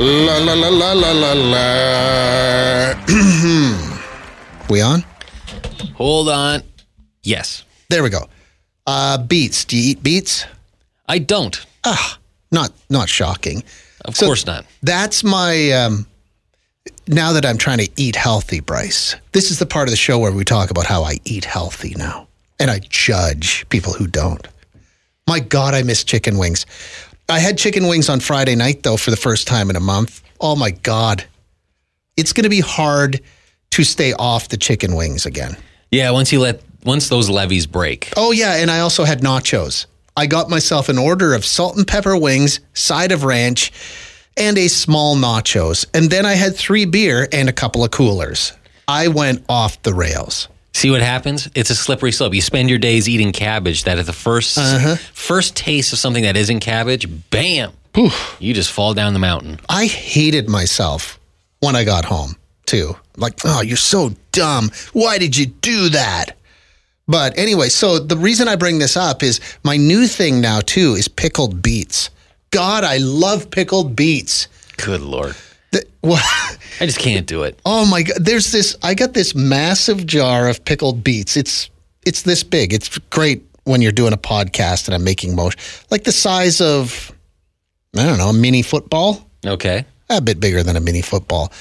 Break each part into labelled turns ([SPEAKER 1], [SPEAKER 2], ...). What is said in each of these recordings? [SPEAKER 1] La la la la la la la. we on?
[SPEAKER 2] Hold on. Yes.
[SPEAKER 1] There we go. Uh, beets. Do you eat beets? Ah,
[SPEAKER 2] I don't.
[SPEAKER 1] Not not shocking.
[SPEAKER 2] Of
[SPEAKER 1] So-
[SPEAKER 2] course not.
[SPEAKER 1] That's my um, now that I'm trying to eat healthy, Bryce. This is the part of the show where we talk about how I eat healthy now, and I judge people who don't. My God, I miss chicken wings. I had chicken wings on Friday night though for the first time in a month. Oh my God, it's going to be hard to stay off the chicken wings again.
[SPEAKER 2] Yeah, once you let once those levies break.
[SPEAKER 1] Oh yeah, and I also had nachos. I got myself an order of salt and pepper wings, side of ranch, and a small nachos. And then I had three beer and a couple of coolers. I went off the rails.
[SPEAKER 2] See what happens? It's a slippery slope. You spend your days eating cabbage that at the 1st first taste of something that isn't cabbage, bam. You just fall down the mountain.
[SPEAKER 1] I hated myself when I got home, too. Like, oh, you're so dumb. Why did you do that? But anyway, so the reason I bring this up is my new thing now, too, is pickled beets. God, I love pickled beets.
[SPEAKER 2] Good lord.
[SPEAKER 1] The- well,
[SPEAKER 2] I just can't do it.
[SPEAKER 1] Oh my god, there's this I got this massive jar of pickled beets. It's it's this big. It's great when you're doing a podcast and I'm making motion. Like the size of I don't know, a mini football.
[SPEAKER 2] Okay.
[SPEAKER 1] A bit bigger than a mini football.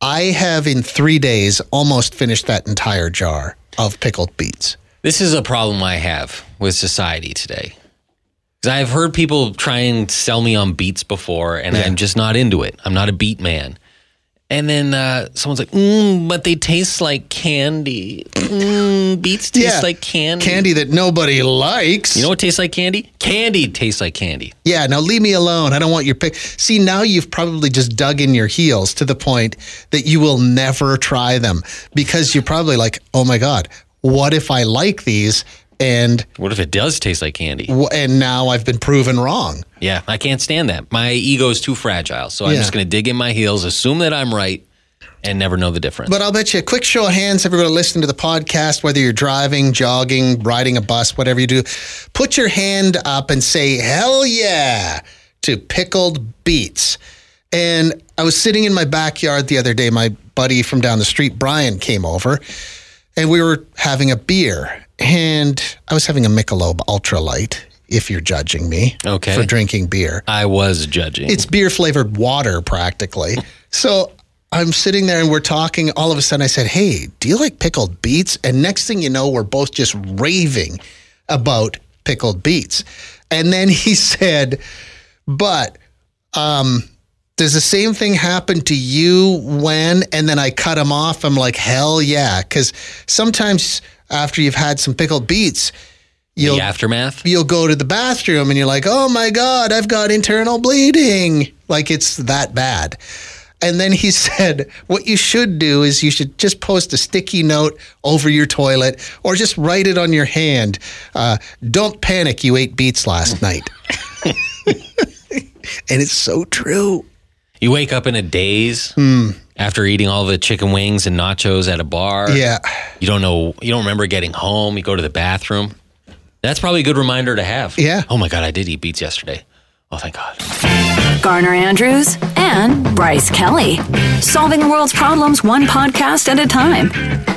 [SPEAKER 1] I have in 3 days almost finished that entire jar of pickled beets.
[SPEAKER 2] This is a problem I have with society today. 'Cause I've heard people try and sell me on beats before, and I'm just not into it. I'm not a beat man. And then uh, someone's like, mm, but they taste like candy. Mm, beats taste like candy.
[SPEAKER 1] Candy that nobody likes.
[SPEAKER 2] You know what tastes like candy? Candy tastes like candy.
[SPEAKER 1] Yeah, now leave me alone. I don't want your pick. See, now you've probably just dug in your heels to the point that you will never try them because you're probably like, oh my God, what if I like these? And
[SPEAKER 2] What if it does taste like candy?
[SPEAKER 1] wh- and now I've been proven wrong.
[SPEAKER 2] Yeah, I can't stand that. My ego's too fragile, so I'm
[SPEAKER 1] Yeah.
[SPEAKER 2] just going to dig in my heels, assume that I'm right, and never know the difference.
[SPEAKER 1] But I'll bet you a quick show of hands, everybody listening to the podcast, whether you're driving, jogging, riding a bus, whatever you do, put your hand up and say, hell yeah, to pickled beets. And I was sitting in my backyard the other day. My buddy from down the street, Brian, came over and we were having a beer. And I was having a Michelob Ultralight, if you're judging me
[SPEAKER 2] Okay.
[SPEAKER 1] for drinking beer
[SPEAKER 2] I was judging.
[SPEAKER 1] it's beer flavored water practically. so I'm sitting there and we're talking. All of a sudden, I said, Hey, do you like pickled beets? And next thing you know, we're both just raving about pickled beets. And then he said, But, um, does the same thing happen to you when? And then I cut him off. I'm like, hell yeah. Because sometimes after you've had some pickled beets, you'll
[SPEAKER 2] the aftermath.
[SPEAKER 1] you'll go to the bathroom and you're like, oh my God, I've got internal bleeding. Like it's that bad. And then he said, what you should do is you should just post a sticky note over your toilet or just write it on your hand. Uh, Don't panic, you ate beets last night. and it's so true.
[SPEAKER 2] You wake up in a daze
[SPEAKER 1] Hmm.
[SPEAKER 2] after eating all the chicken wings and nachos at a bar.
[SPEAKER 1] Yeah.
[SPEAKER 2] You don't know, you don't remember getting home. You go to the bathroom. That's probably a good reminder to have.
[SPEAKER 1] Yeah.
[SPEAKER 2] Oh my God, I did eat beets yesterday. Oh, thank God.
[SPEAKER 3] Garner Andrews and Bryce Kelly. Solving the world's problems one podcast at a time.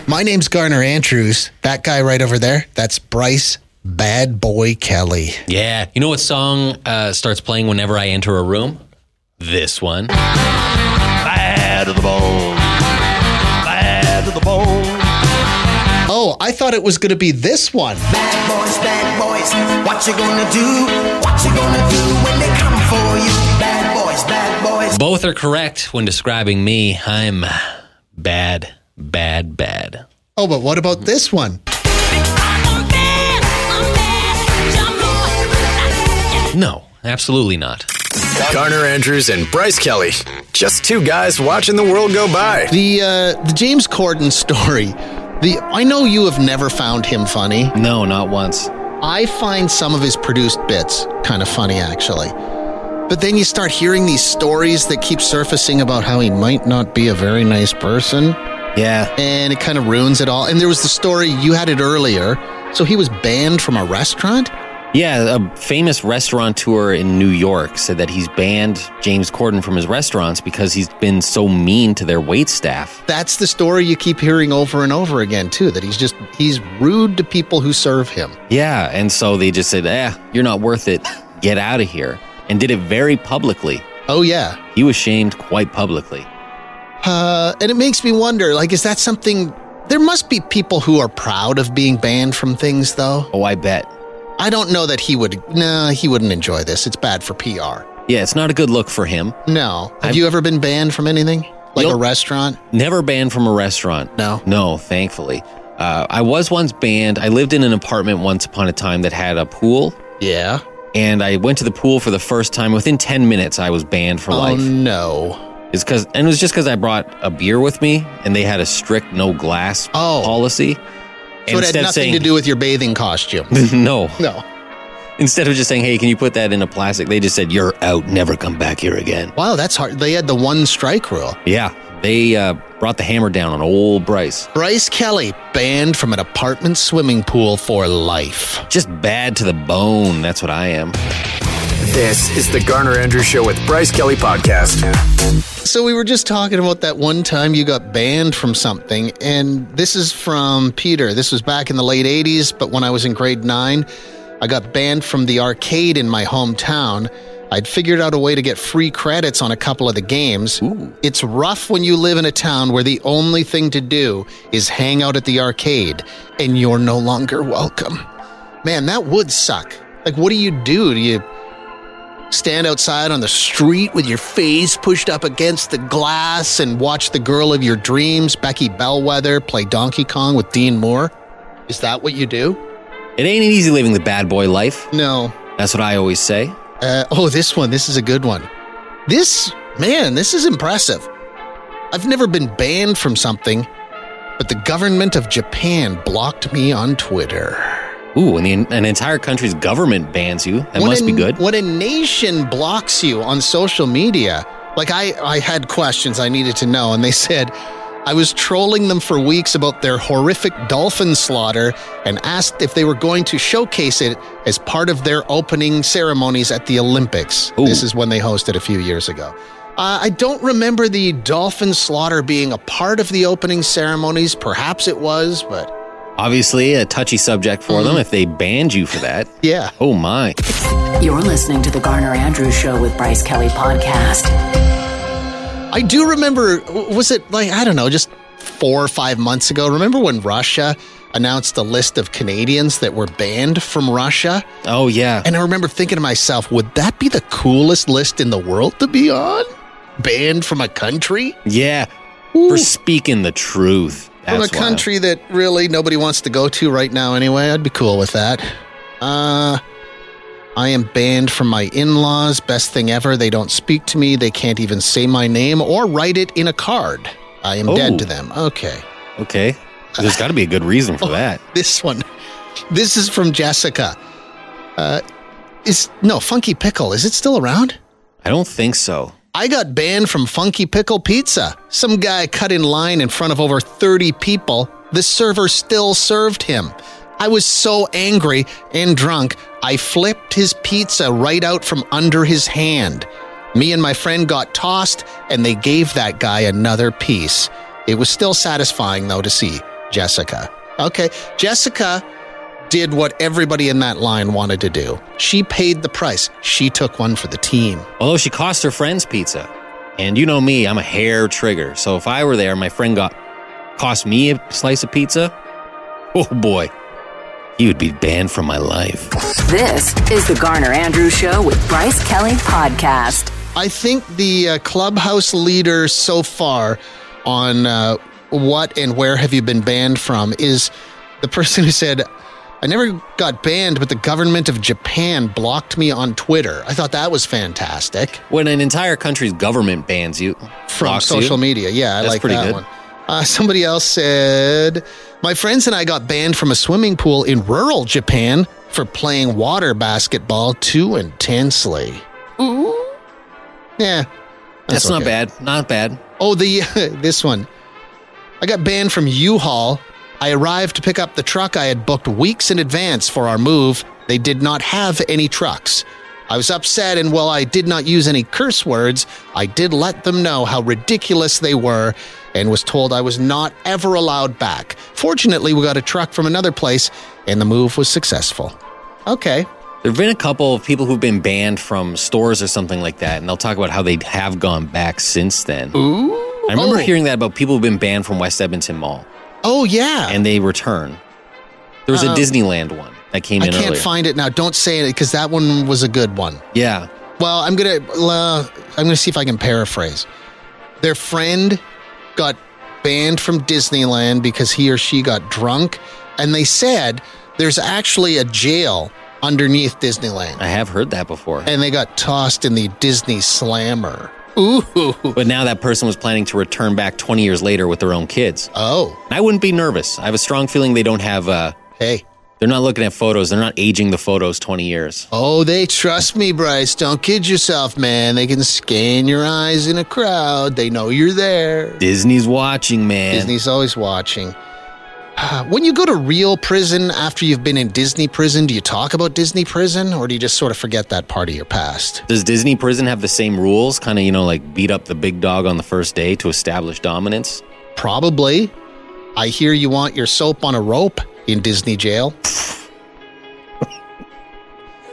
[SPEAKER 1] My name's Garner Andrews. That guy right over there, that's Bryce Bad Boy Kelly.
[SPEAKER 2] Yeah. You know what song uh, starts playing whenever I enter a room? This one.
[SPEAKER 4] Bad to the bone. Bad to the bone.
[SPEAKER 1] Oh, I thought it was going to be this one.
[SPEAKER 5] Bad boys, bad boys, what you gonna do? What you gonna do when they come for you? Bad boys, bad boys.
[SPEAKER 2] Both are correct when describing me. I'm Bad, bad, bad.
[SPEAKER 1] Oh, but what about this one?
[SPEAKER 2] No, absolutely not.
[SPEAKER 6] Garner Andrews and Bryce Kelly. Just two guys watching the world go by.
[SPEAKER 1] The uh, the James Corden story. The I know you have never found him funny.
[SPEAKER 2] No, not once.
[SPEAKER 1] I find some of his produced bits kind of funny, actually. But then you start hearing these stories that keep surfacing about how he might not be a very nice person,
[SPEAKER 2] Yeah.
[SPEAKER 1] and it kind of ruins it all. And there was the story, you had it earlier. So he was banned from a restaurant?
[SPEAKER 2] Yeah, a famous restaurateur in New York said that he's banned James Corden from his restaurants because he's been so mean to their wait staff.
[SPEAKER 1] That's the story you keep hearing over and over again, too, that he's just, he's rude to people who serve him.
[SPEAKER 2] Yeah, and so they just said, "Eh, you're not worth it. Get out of here." And did it very publicly.
[SPEAKER 1] Oh, yeah.
[SPEAKER 2] He was shamed quite publicly.
[SPEAKER 1] Uh, and it makes me wonder, like, is that something? There must be people who are proud of being banned from things, though.
[SPEAKER 2] Oh, I bet.
[SPEAKER 1] I don't know that he would. No, he wouldn't enjoy this. It's bad for PR.
[SPEAKER 2] Yeah, it's not a good look for him.
[SPEAKER 1] No. Have
[SPEAKER 2] I've-
[SPEAKER 1] you ever been banned from anything? Like a
[SPEAKER 2] Nope.
[SPEAKER 1] restaurant?
[SPEAKER 2] Never banned from a restaurant.
[SPEAKER 1] No.
[SPEAKER 2] No, thankfully. Uh, I was once banned. I lived in an apartment once upon a time that had a pool,
[SPEAKER 1] Yeah.
[SPEAKER 2] and I went to the pool for the first time. Within 10 minutes, I was banned for
[SPEAKER 1] Oh
[SPEAKER 2] life.
[SPEAKER 1] no.
[SPEAKER 2] It's because, and it was just because I brought a beer with me, and they had a strict no glass
[SPEAKER 1] Oh.
[SPEAKER 2] policy.
[SPEAKER 1] So it had
[SPEAKER 2] Instead of
[SPEAKER 1] nothing
[SPEAKER 2] saying-
[SPEAKER 1] to do with your bathing costume.
[SPEAKER 2] no.
[SPEAKER 1] no.
[SPEAKER 2] Instead of just saying, "Hey, can you put that in a plastic?" They just said, "You're out. Never come back here again."
[SPEAKER 1] Wow, that's hard. They had the one strike rule.
[SPEAKER 2] Yeah, they uh, brought the hammer down on old Bryce.
[SPEAKER 1] Bryce Kelly banned from an apartment swimming pool for life.
[SPEAKER 2] Just bad to the bone. That's what I am.
[SPEAKER 6] This is the Garner Andrews Show with Bryce Kelly Podcast.
[SPEAKER 1] So we were just talking about that one time you got banned from something, and this is from Peter. This was back in the late '80s, but when I was in grade nine, I got banned from the arcade in my hometown. I'd figured out a way to get free credits on a couple of the games. It's rough when you live in a town where the only thing to do is hang out at the arcade, and you're no longer welcome. Man, that would suck. Like, what do you do? Do you stand outside on the street with your face pushed up against the glass and watch the girl of your dreams, Becky Bellwether, play Donkey Kong with Dean Moore? Is that what you do?
[SPEAKER 2] It ain't easy living the bad boy life.
[SPEAKER 1] No.
[SPEAKER 2] That's what I always say.
[SPEAKER 1] Uh, oh, this one. This is a good one. This, man, this is impressive. I've never been banned from something, but the government of Japan blocked me on Twitter.
[SPEAKER 2] Ooh, and the, an entire country's government bans you. That
[SPEAKER 1] When
[SPEAKER 2] must
[SPEAKER 1] a-
[SPEAKER 2] be good.
[SPEAKER 1] When a nation blocks you on social media, like I, I had questions I needed to know, and they said I was trolling them for weeks about their horrific dolphin slaughter and asked if they were going to showcase it as part of their opening ceremonies at the Olympics.
[SPEAKER 2] Ooh.
[SPEAKER 1] This is when they hosted a few years ago. Uh, I don't remember the dolphin slaughter being a part of the opening ceremonies. Perhaps it was, but
[SPEAKER 2] Obviously, a touchy subject for them if they banned you for that.
[SPEAKER 1] Mm-hmm. yeah.
[SPEAKER 2] Oh my.
[SPEAKER 3] You're listening to The Garner Andrews Show with Bryce Kelly Podcast.
[SPEAKER 1] I do remember, was it like, I don't know, just four or five months ago? Remember when Russia announced a list of Canadians that were banned from Russia?
[SPEAKER 2] Oh yeah.
[SPEAKER 1] And I remember thinking to myself, would that be the coolest list in the world to be on? Banned from a country?
[SPEAKER 2] Yeah. For speaking the truth.
[SPEAKER 1] From a
[SPEAKER 2] That's wild.
[SPEAKER 1] country that really nobody wants to go to right now, anyway. I'd be cool with that. Uh, I am banned from my in laws. Best thing ever. They don't speak to me. They can't even say my name or write it in a card. I am
[SPEAKER 2] Oh.
[SPEAKER 1] dead to them. Okay.
[SPEAKER 2] Okay. There's got to be a good reason
[SPEAKER 1] Oh.
[SPEAKER 2] for that.
[SPEAKER 1] this one. This is from Jessica. Uh, is no Funky Pickle? Is it still around?
[SPEAKER 2] I don't think so.
[SPEAKER 1] I got banned from Funky Pickle Pizza. Some guy cut in line in front of over 30 people. The server still served him. I was so angry and drunk, I flipped his pizza right out from under his hand. Me and my friend got tossed, and they gave that guy another piece. It was still satisfying, though, to see Jessica. Okay, Jessica did what everybody in that line wanted to do. She paid the price, she took one for the team.
[SPEAKER 2] Although she cost her friend's pizza. And you know me, I'm a hair trigger. So if I were there, my friend got cost me a slice of pizza. Oh boy. He would be banned from my life.
[SPEAKER 3] This is The Garner Andrews Show with Bryce Kelly Podcast.
[SPEAKER 1] I think the uh, clubhouse leader so far on uh, what and where have you been banned from is the person who said, I never got banned, but the government of Japan blocked me on Twitter. I thought that was fantastic
[SPEAKER 2] When an entire country's government bans you
[SPEAKER 1] from social media. Yeah, I
[SPEAKER 2] That's
[SPEAKER 1] like
[SPEAKER 2] pretty
[SPEAKER 1] that
[SPEAKER 2] good.
[SPEAKER 1] one. Uh, somebody else said, My friends and I got banned from a swimming pool in rural Japan for playing water basketball too intensely. Yeah.
[SPEAKER 2] That's, not
[SPEAKER 1] okay.
[SPEAKER 2] bad. Not bad.
[SPEAKER 1] Oh, the this one. I got banned from U-Haul. I arrived to pick up the truck I had booked weeks in advance for our move. They did not have any trucks. I was upset, and while I did not use any curse words, I did let them know how ridiculous they were and was told I was not ever allowed back. Fortunately, we got a truck from another place, and the move was successful. Okay.
[SPEAKER 2] There have been a couple of people who've been banned from stores or something like that, and they'll talk about how they have gone back since then. Ooh. I remember
[SPEAKER 1] Oh.
[SPEAKER 2] hearing that about people who've been banned from West Edmonton Mall,
[SPEAKER 1] Oh, yeah.
[SPEAKER 2] and they return. There was a Disneyland one that came
[SPEAKER 1] Um, I
[SPEAKER 2] in
[SPEAKER 1] can't
[SPEAKER 2] earlier.
[SPEAKER 1] find it now. Don't say it because that one was a good one.
[SPEAKER 2] yeah.
[SPEAKER 1] Well, I'm gonna uh, I'm gonna see if I can paraphrase. Their friend got banned from Disneyland because he or she got drunk, and they said there's actually a jail underneath Disneyland,
[SPEAKER 2] I have heard that before.
[SPEAKER 1] and they got tossed in the Disney Slammer. Ooh,
[SPEAKER 2] But now that person was planning to return back 20 years later with their own kids.
[SPEAKER 1] oh,
[SPEAKER 2] And I wouldn't be nervous. I have a strong feeling they don't have, uh,
[SPEAKER 1] hey,
[SPEAKER 2] they're not looking at photos. They're not aging the photos 20 years.
[SPEAKER 1] oh, they trust me, Bryce. Don't kid yourself, man. They can scan your eyes in a crowd. They know you're there.
[SPEAKER 2] Disney's watching, man.
[SPEAKER 1] Disney's always watching. Uh, When you go to real prison after you've been in Disney prison, do you talk about Disney prison or do you just sort of forget that part of your past?
[SPEAKER 2] Does Disney prison have the same rules? Kind of, you know, like beat up the big dog on the first day to establish dominance?
[SPEAKER 1] Probably. I hear you want your soap on a rope in Disney jail.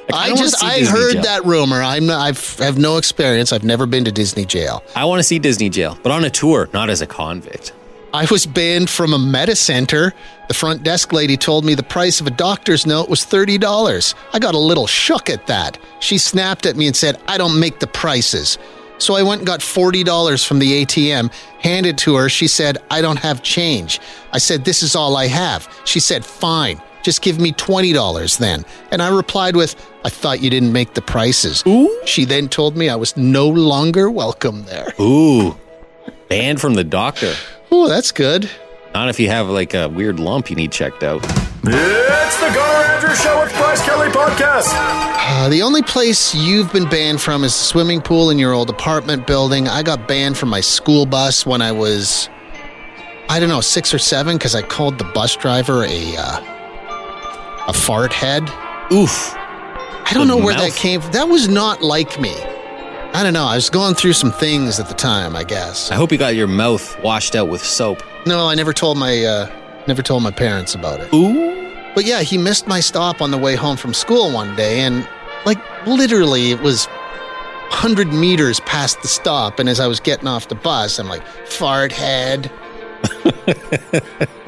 [SPEAKER 1] I,
[SPEAKER 2] kinda wanna
[SPEAKER 1] just
[SPEAKER 2] see
[SPEAKER 1] I
[SPEAKER 2] Disney
[SPEAKER 1] heard
[SPEAKER 2] jail.
[SPEAKER 1] that rumor. I'm not, I've have no experience. I've never been to Disney jail.
[SPEAKER 2] I want to see Disney jail, but on a tour, not as a convict.
[SPEAKER 1] I was banned from a meta center. The front desk lady told me the price of a doctor's note was $30. I got a little shook at that. She snapped at me and said, I don't make the prices. So I went and got $40 from the ATM, handed to her. She said, I don't have change. I said, This is all I have. She said, Fine, just give me $20 then. And I replied with, I thought you didn't make the prices. She then told me I was no longer welcome there.
[SPEAKER 2] Ooh, banned from the doctor.
[SPEAKER 1] Ooh, that's good.
[SPEAKER 2] Not if you have like a weird lump you need checked out.
[SPEAKER 6] It's the Garner Andrews Show with Bryce Kelly Podcast.
[SPEAKER 1] Uh, the only place you've been banned from is the swimming pool in your old apartment building. I got banned from my school bus when I was, I don't know, six or seven, because I called the bus driver a uh, a fart head.
[SPEAKER 2] Oof.
[SPEAKER 1] I don't
[SPEAKER 2] The
[SPEAKER 1] know where that
[SPEAKER 2] mouth.
[SPEAKER 1] came. from. That was not like me. I don't know. I was going through some things at the time. I guess.
[SPEAKER 2] I hope you got your mouth washed out with soap.
[SPEAKER 1] No, I never told my uh, never told my parents about it.
[SPEAKER 2] Ooh.
[SPEAKER 1] But yeah, he missed my stop on the way home from school one day, and like literally, it was 100 meters past the stop. And as I was getting off the bus, I'm like, fart head.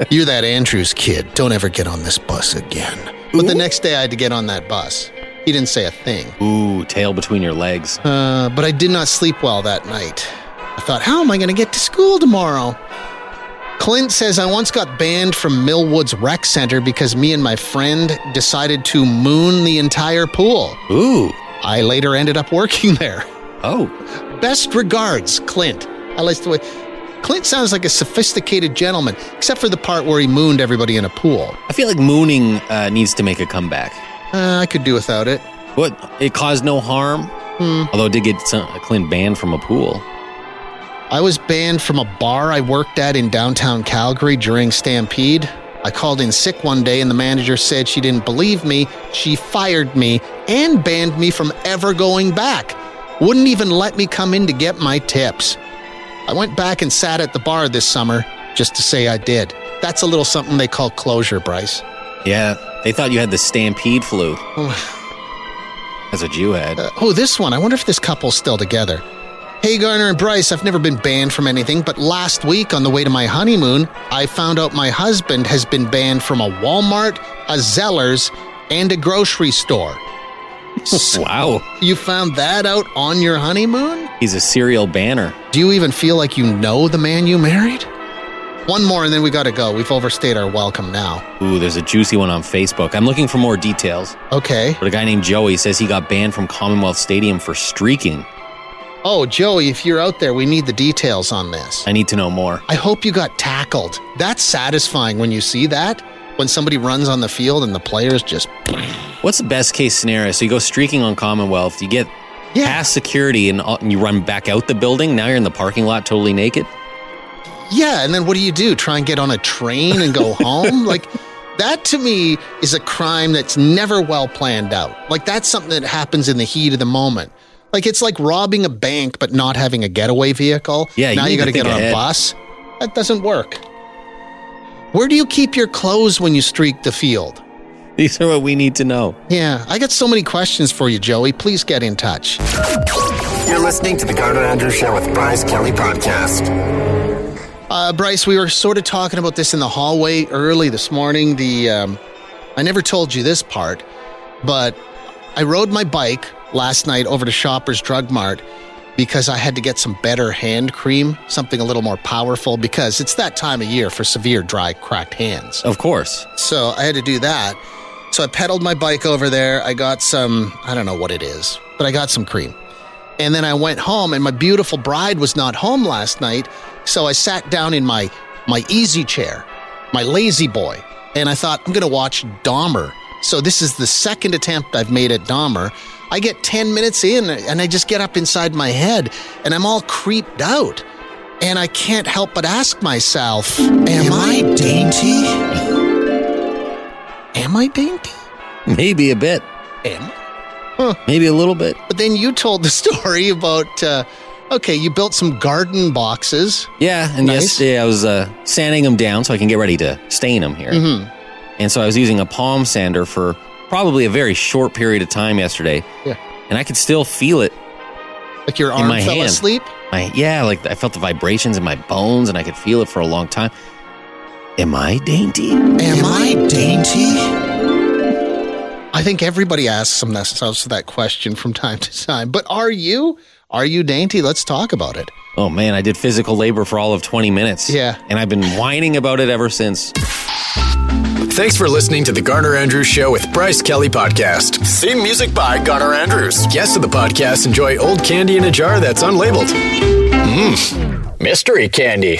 [SPEAKER 1] You're that Andrews kid. Don't ever get on this bus again. But the next day, I had to get on that bus. He didn't say a thing.
[SPEAKER 2] Ooh, tail between your legs.
[SPEAKER 1] Uh, but I did not sleep well that night. I thought, how am I going to get to school tomorrow? Clint says, I once got banned from Millwood's rec center because me and my friend decided to moon the entire pool.
[SPEAKER 2] Ooh.
[SPEAKER 1] I later ended up working there.
[SPEAKER 2] Oh.
[SPEAKER 1] Best regards, Clint. I like the way. Clint sounds like a sophisticated gentleman, except for the part where he mooned everybody in a pool.
[SPEAKER 2] I feel like mooning uh, needs to make a comeback.
[SPEAKER 1] Uh, I could do without it.
[SPEAKER 2] What? It caused no harm?
[SPEAKER 1] Hmm.
[SPEAKER 2] Although it did get some, Clint banned from a pool.
[SPEAKER 1] I was banned from a bar I worked at in downtown Calgary during Stampede. I called in sick one day and the manager said she didn't believe me. She fired me and banned me from ever going back. Wouldn't even let me come in to get my tips. I went back and sat at the bar this summer just to say I did. That's a little something they call closure, Bryce.
[SPEAKER 2] Yeah, they thought you had the stampede flu. That's what you had.
[SPEAKER 1] Uh, oh, this one. I wonder if this couple's still together. Hey, Garner and Bryce, I've never been banned from anything, but last week on the way to my honeymoon, I found out my husband has been banned from a Walmart, a Zeller's, and a grocery store.
[SPEAKER 2] wow,
[SPEAKER 1] You found that out on your honeymoon?
[SPEAKER 2] he's a serial banner.
[SPEAKER 1] Do you even feel like you know the man you married? One more and then we got to go. We've overstayed our welcome now.
[SPEAKER 2] Ooh, there's a juicy one on Facebook. I'm looking for more details.
[SPEAKER 1] Okay.
[SPEAKER 2] But a guy named Joey says he got banned from Commonwealth Stadium for streaking.
[SPEAKER 1] Oh, Joey, if you're out there, we need the details on this.
[SPEAKER 2] I need to know more.
[SPEAKER 1] I hope you got tackled. That's satisfying when you see that. When somebody runs on the field and the players just
[SPEAKER 2] What's the best case scenario? So you go streaking on Commonwealth, you get
[SPEAKER 1] Yeah.
[SPEAKER 2] past security, and, all- and you run back out the building. Now you're in the parking lot, totally naked.
[SPEAKER 1] Yeah, and then what do you do? Try and get on a train and go home? Like that to me is a crime that's never well planned out. Like that's something that happens in the heat of the moment. Like it's like robbing a bank but not having a getaway vehicle.
[SPEAKER 2] Yeah, you
[SPEAKER 1] now
[SPEAKER 2] need
[SPEAKER 1] you
[SPEAKER 2] to
[SPEAKER 1] got to
[SPEAKER 2] think
[SPEAKER 1] get on a
[SPEAKER 2] ahead.
[SPEAKER 1] bus. That doesn't work. Where do you keep your clothes when you streak the field?
[SPEAKER 2] These are what we need to know.
[SPEAKER 1] Yeah, I got so many questions for you, Joey. Please get in touch.
[SPEAKER 6] You're listening to the Garner Andrews Show with Bryce Kelly Podcast.
[SPEAKER 1] Uh, Bryce, we were sort of talking about this in the hallway early this morning. The um, I never told you this part, but I rode my bike last night over to Shoppers Drug Mart because I had to get some better hand cream, something a little more powerful because it's that time of year for severe dry cracked hands.
[SPEAKER 2] Of course.
[SPEAKER 1] So I had to do that. So I pedaled my bike over there. I got some, I don't know what it is, but I got some cream. And then I went home and my beautiful bride was not home last night. So I sat down in my my easy chair, my lazy boy, and I thought I'm going to watch Dahmer. So this is the second attempt I've made at Dahmer. I get 10 minutes in and I just get up inside my head and I'm all creeped out. And I can't help but ask myself, am, I dainty? Am I dainty?
[SPEAKER 2] Maybe a bit.
[SPEAKER 1] Am I?
[SPEAKER 2] Maybe a little bit.
[SPEAKER 1] But then you told the story about, uh, okay, you built some garden boxes.
[SPEAKER 2] Yeah, and
[SPEAKER 1] Nice.
[SPEAKER 2] yesterday I was uh, sanding them down so I can get ready to stain them here.
[SPEAKER 1] Mm-hmm.
[SPEAKER 2] And so I was using a palm sander for probably a very short period of time yesterday.
[SPEAKER 1] Yeah.
[SPEAKER 2] And I could still feel it.
[SPEAKER 1] Like your
[SPEAKER 2] In
[SPEAKER 1] arm
[SPEAKER 2] my
[SPEAKER 1] fell
[SPEAKER 2] hand.
[SPEAKER 1] asleep.
[SPEAKER 2] My yeah, like I felt the vibrations in my bones and I could feel it for a long time. Am I dainty?
[SPEAKER 1] Am, I dainty? I think everybody asks themselves that question from time to time. But are you? Are you dainty? Let's talk about it.
[SPEAKER 2] Oh man, I did physical labor for all of 20 minutes.
[SPEAKER 1] Yeah.
[SPEAKER 2] And I've been whining about it ever since.
[SPEAKER 6] Thanks for listening to the Garner Andrews Show with Bryce Kelly Podcast. Theme music by Garner Andrews. Guests of the podcast enjoy old candy in a jar that's unlabeled. Mmm, mystery candy.